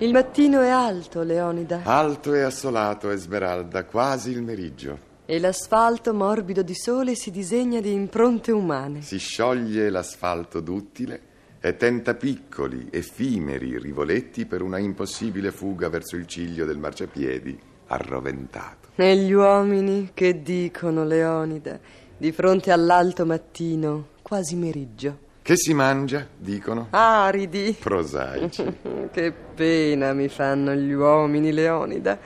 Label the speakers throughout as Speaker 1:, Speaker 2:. Speaker 1: Il mattino è alto, Leonida,
Speaker 2: Alto e assolato, Esmeralda, quasi il meriggio.
Speaker 1: e l'asfalto morbido di sole si disegna di impronte umane.
Speaker 2: Si scioglie l'asfalto duttile e tenta piccoli, effimeri rivoletti per una impossibile fuga verso il ciglio del marciapiedi arroventato.
Speaker 1: E gli uomini che dicono, Leonida, di fronte all'alto mattino, quasi meriggio.
Speaker 2: Che si mangia, dicono?
Speaker 1: Aridi.
Speaker 2: Prosaici.
Speaker 1: Che pena mi fanno gli uomini, Leonida.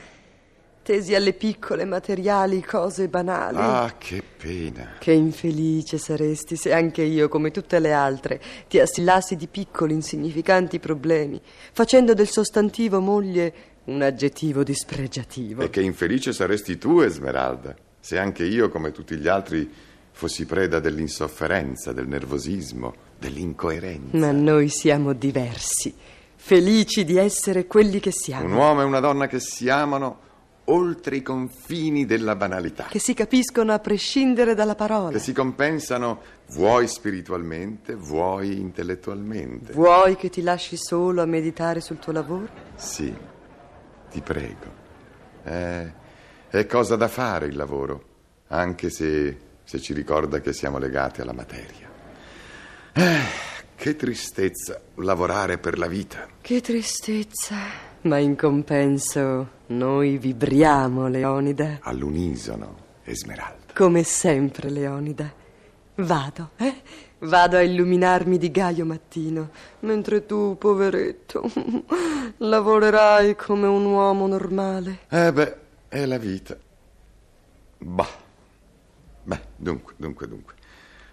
Speaker 1: Tesi alle piccole materiali cose banali.
Speaker 2: Ah, che pena.
Speaker 1: Che infelice saresti se anche io, come tutte le altre, ti assillassi di piccoli insignificanti problemi, facendo del sostantivo moglie un aggettivo dispregiativo.
Speaker 2: E che infelice saresti tu, Esmeralda, se anche io, come tutti gli altri, fossi preda dell'insofferenza, del nervosismo, dell'incoerenza.
Speaker 1: Ma noi siamo diversi, felici di essere quelli che
Speaker 2: Un
Speaker 1: siamo,
Speaker 2: uomo e una donna che si amano oltre i confini della banalità,
Speaker 1: che si capiscono a prescindere dalla parola.
Speaker 2: che si compensano vuoi spiritualmente, vuoi intellettualmente.
Speaker 1: Vuoi che ti lasci solo a meditare sul tuo lavoro?
Speaker 2: Sì, ti prego. Eh, è cosa da fare il lavoro, anche se, se ci ricorda che siamo legati alla materia. Eh, che tristezza lavorare per la vita.
Speaker 1: Che tristezza. Ma in compenso, noi vibriamo, Leonida.
Speaker 2: All'unisono, Esmeralda.
Speaker 1: Come sempre, Leonida. Vado, eh? Vado a illuminarmi di gaio mattino, mentre tu, poveretto, lavorerai come un uomo normale.
Speaker 2: Eh beh, è la vita. Bah. Beh, dunque, dunque, dunque.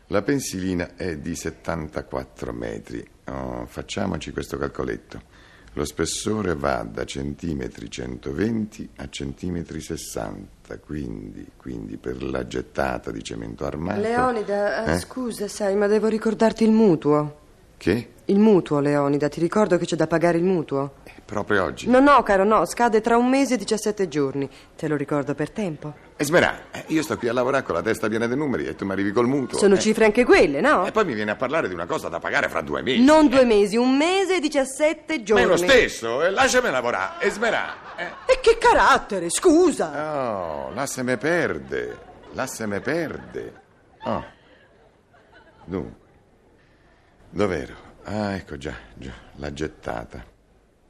Speaker 2: La pensilina è di 74 metri. Oh, facciamoci questo calcoletto. Lo spessore va da centimetri 120 a centimetri 60, quindi, quindi per la gettata di cemento armato.
Speaker 1: Leonida, eh,
Speaker 2: Ecco. Eh?
Speaker 1: scusa, sai, ma devo ricordarti il mutuo.
Speaker 2: Che?
Speaker 1: Il mutuo, Leonida, ti ricordo che c'è da pagare il mutuo.
Speaker 2: È proprio oggi.
Speaker 1: No, no, caro, no, scade tra un mese e 17 giorni. Te lo ricordo per tempo.
Speaker 2: Esmerà, eh, io sto qui a lavorare con la testa piena di numeri e tu mi arrivi col mutuo.
Speaker 1: Sono
Speaker 2: eh.
Speaker 1: cifre anche quelle, no?
Speaker 2: E poi mi vieni a parlare di una cosa da pagare fra due mesi.
Speaker 1: Non due mesi, un mese e 17
Speaker 2: Ma
Speaker 1: giorni.
Speaker 2: è lo stesso, eh, lasciami lavorare, Esmerà. Eh.
Speaker 1: E che carattere, scusa!
Speaker 2: Oh, là se me perde, là se me perde. Oh. Dunque, dov'ero? Ah, ecco già, già, l'ha gettata.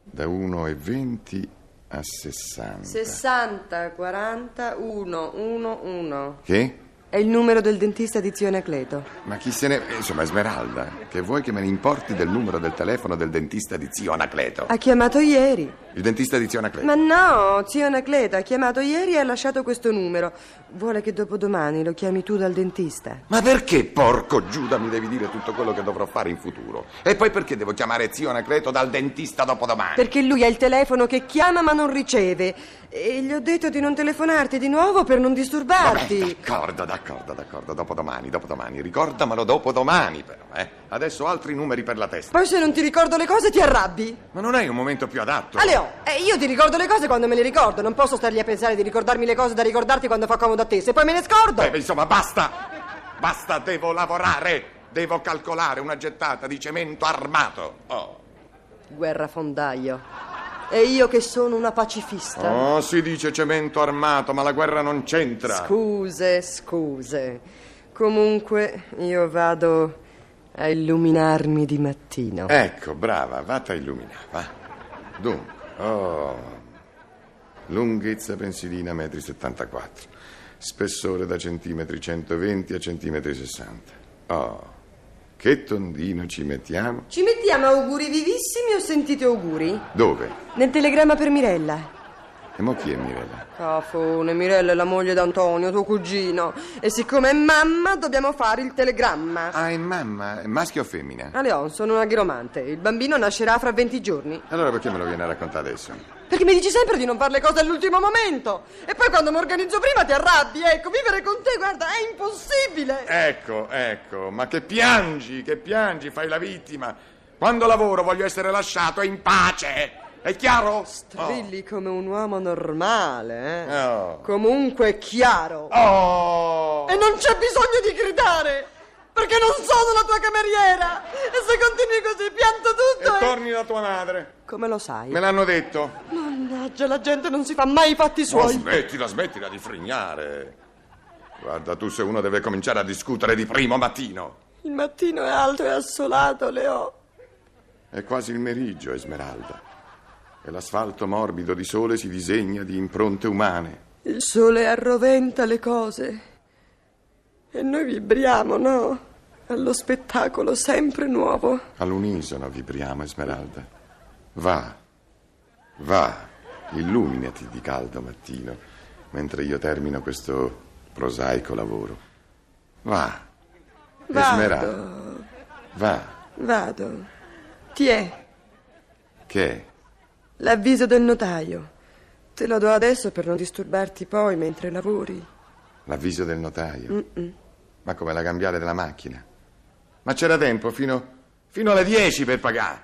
Speaker 2: Da 1,20 a 60.
Speaker 1: 60 40 1 1 1
Speaker 2: Che?
Speaker 1: È il numero del dentista di zio Anacleto.
Speaker 2: Ma chi se ne... Insomma, Esmeralda, che vuoi che me ne importi del numero del telefono del dentista di zio Anacleto?
Speaker 1: Ha chiamato ieri.
Speaker 2: Il dentista di zio Anacleto.
Speaker 1: Ma no, zio Anacleto ha chiamato ieri e ha lasciato questo numero. Vuole che dopodomani lo chiami tu dal dentista.
Speaker 2: Ma perché, porco Giuda, mi devi dire tutto quello che dovrò fare in futuro? E poi perché devo chiamare zio Anacleto dal dentista dopodomani?
Speaker 1: Perché lui ha il telefono che chiama ma non riceve. E gli ho detto di non telefonarti di nuovo per non
Speaker 2: Vabbè,
Speaker 1: disturbarti.
Speaker 2: d'accordo, d'accordo, d'accordo, dopodomani, dopodomani. Ricordamelo dopodomani però, eh. Adesso altri numeri per la testa.
Speaker 1: Poi se non ti ricordo le cose ti arrabbi.
Speaker 2: Ma non hai un momento più adatto?
Speaker 1: Aleo, eh, io ti ricordo le cose quando me le ricordo. Non posso stargli a pensare di ricordarmi le cose da ricordarti quando fa comodo a te. Se poi me ne scordo.
Speaker 2: Beh, insomma, basta! Basta, devo lavorare! Devo calcolare una gettata di cemento armato! Oh,
Speaker 1: Guerrafondaio. E io che sono una pacifista.
Speaker 2: oh si dice cemento armato, ma la guerra non c'entra!
Speaker 1: Scuse, scuse. Comunque io vado a illuminarmi di mattino.
Speaker 2: Ecco, brava, vata illuminare, va. Dunque, oh, lunghezza pensilina metri 74, spessore da centimetri 120 a centimetri 60. Oh, che tondino ci mettiamo?
Speaker 1: Ci mettiamo auguri vivissimi o sentite auguri?
Speaker 2: Dove?
Speaker 1: Nel telegramma per Mirella.
Speaker 2: E mo chi è Mirella?
Speaker 1: Cafone, Mirella è la moglie d'Antonio, tuo cugino. E siccome è mamma, dobbiamo fare il telegramma.
Speaker 2: Ah, è mamma, è maschio o femmina?
Speaker 1: A Leon, sono una ghiromante. Il bambino nascerà fra 20 giorni.
Speaker 2: Allora perché me lo viene a raccontare adesso?
Speaker 1: Perché mi dici sempre di non fare le cose all'ultimo momento. E poi quando mi organizzo prima ti arrabbi, ecco. Vivere con te, guarda, è impossibile.
Speaker 2: Ecco, ecco, ma che piangi, che piangi, fai la vittima. Quando lavoro voglio essere lasciato in pace, è chiaro? Oh.
Speaker 1: Strilli come un uomo normale, eh.
Speaker 2: Oh.
Speaker 1: Comunque è chiaro.
Speaker 2: Oh.
Speaker 1: E non c'è bisogno di gridare, perché non sono la tua cameriera. E se continui così pianto tutto.
Speaker 2: E
Speaker 1: eh.
Speaker 2: torni da tua madre,
Speaker 1: Come lo sai?
Speaker 2: me l'hanno detto.
Speaker 1: Mannaggia, la gente non si fa mai i fatti
Speaker 2: Oh,
Speaker 1: suoi.
Speaker 2: smettila, smettila di frignare. Guarda tu se uno deve cominciare a discutere di primo mattino.
Speaker 1: Il mattino è alto e assolato, Leo.
Speaker 2: È quasi il meriggio, Esmeralda. E l'asfalto morbido di sole si disegna di impronte umane.
Speaker 1: Il sole arroventa le cose. E noi vibriamo, no? Allo spettacolo sempre nuovo.
Speaker 2: All'unisono vibriamo, Esmeralda. Va, va, illuminati di caldo mattino, mentre io termino questo prosaico lavoro. Va, Esmeralda.
Speaker 1: Vado,
Speaker 2: Va,
Speaker 1: vado. Ti è
Speaker 2: che?
Speaker 1: l'avviso del notaio. Te lo do adesso per non disturbarti poi mentre lavori.
Speaker 2: L'avviso del notaio. Ma come la cambiale della macchina? Ma c'era tempo fino, fino alle 10 per pagare.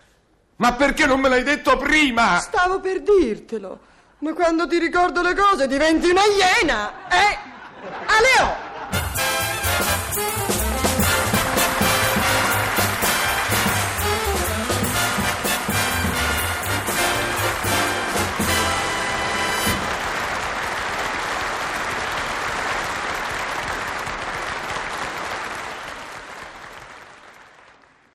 Speaker 2: Ma perché non me l'hai detto prima?
Speaker 1: Stavo per dirtelo, ma quando ti ricordo le cose diventi una iena, eh? A Leo!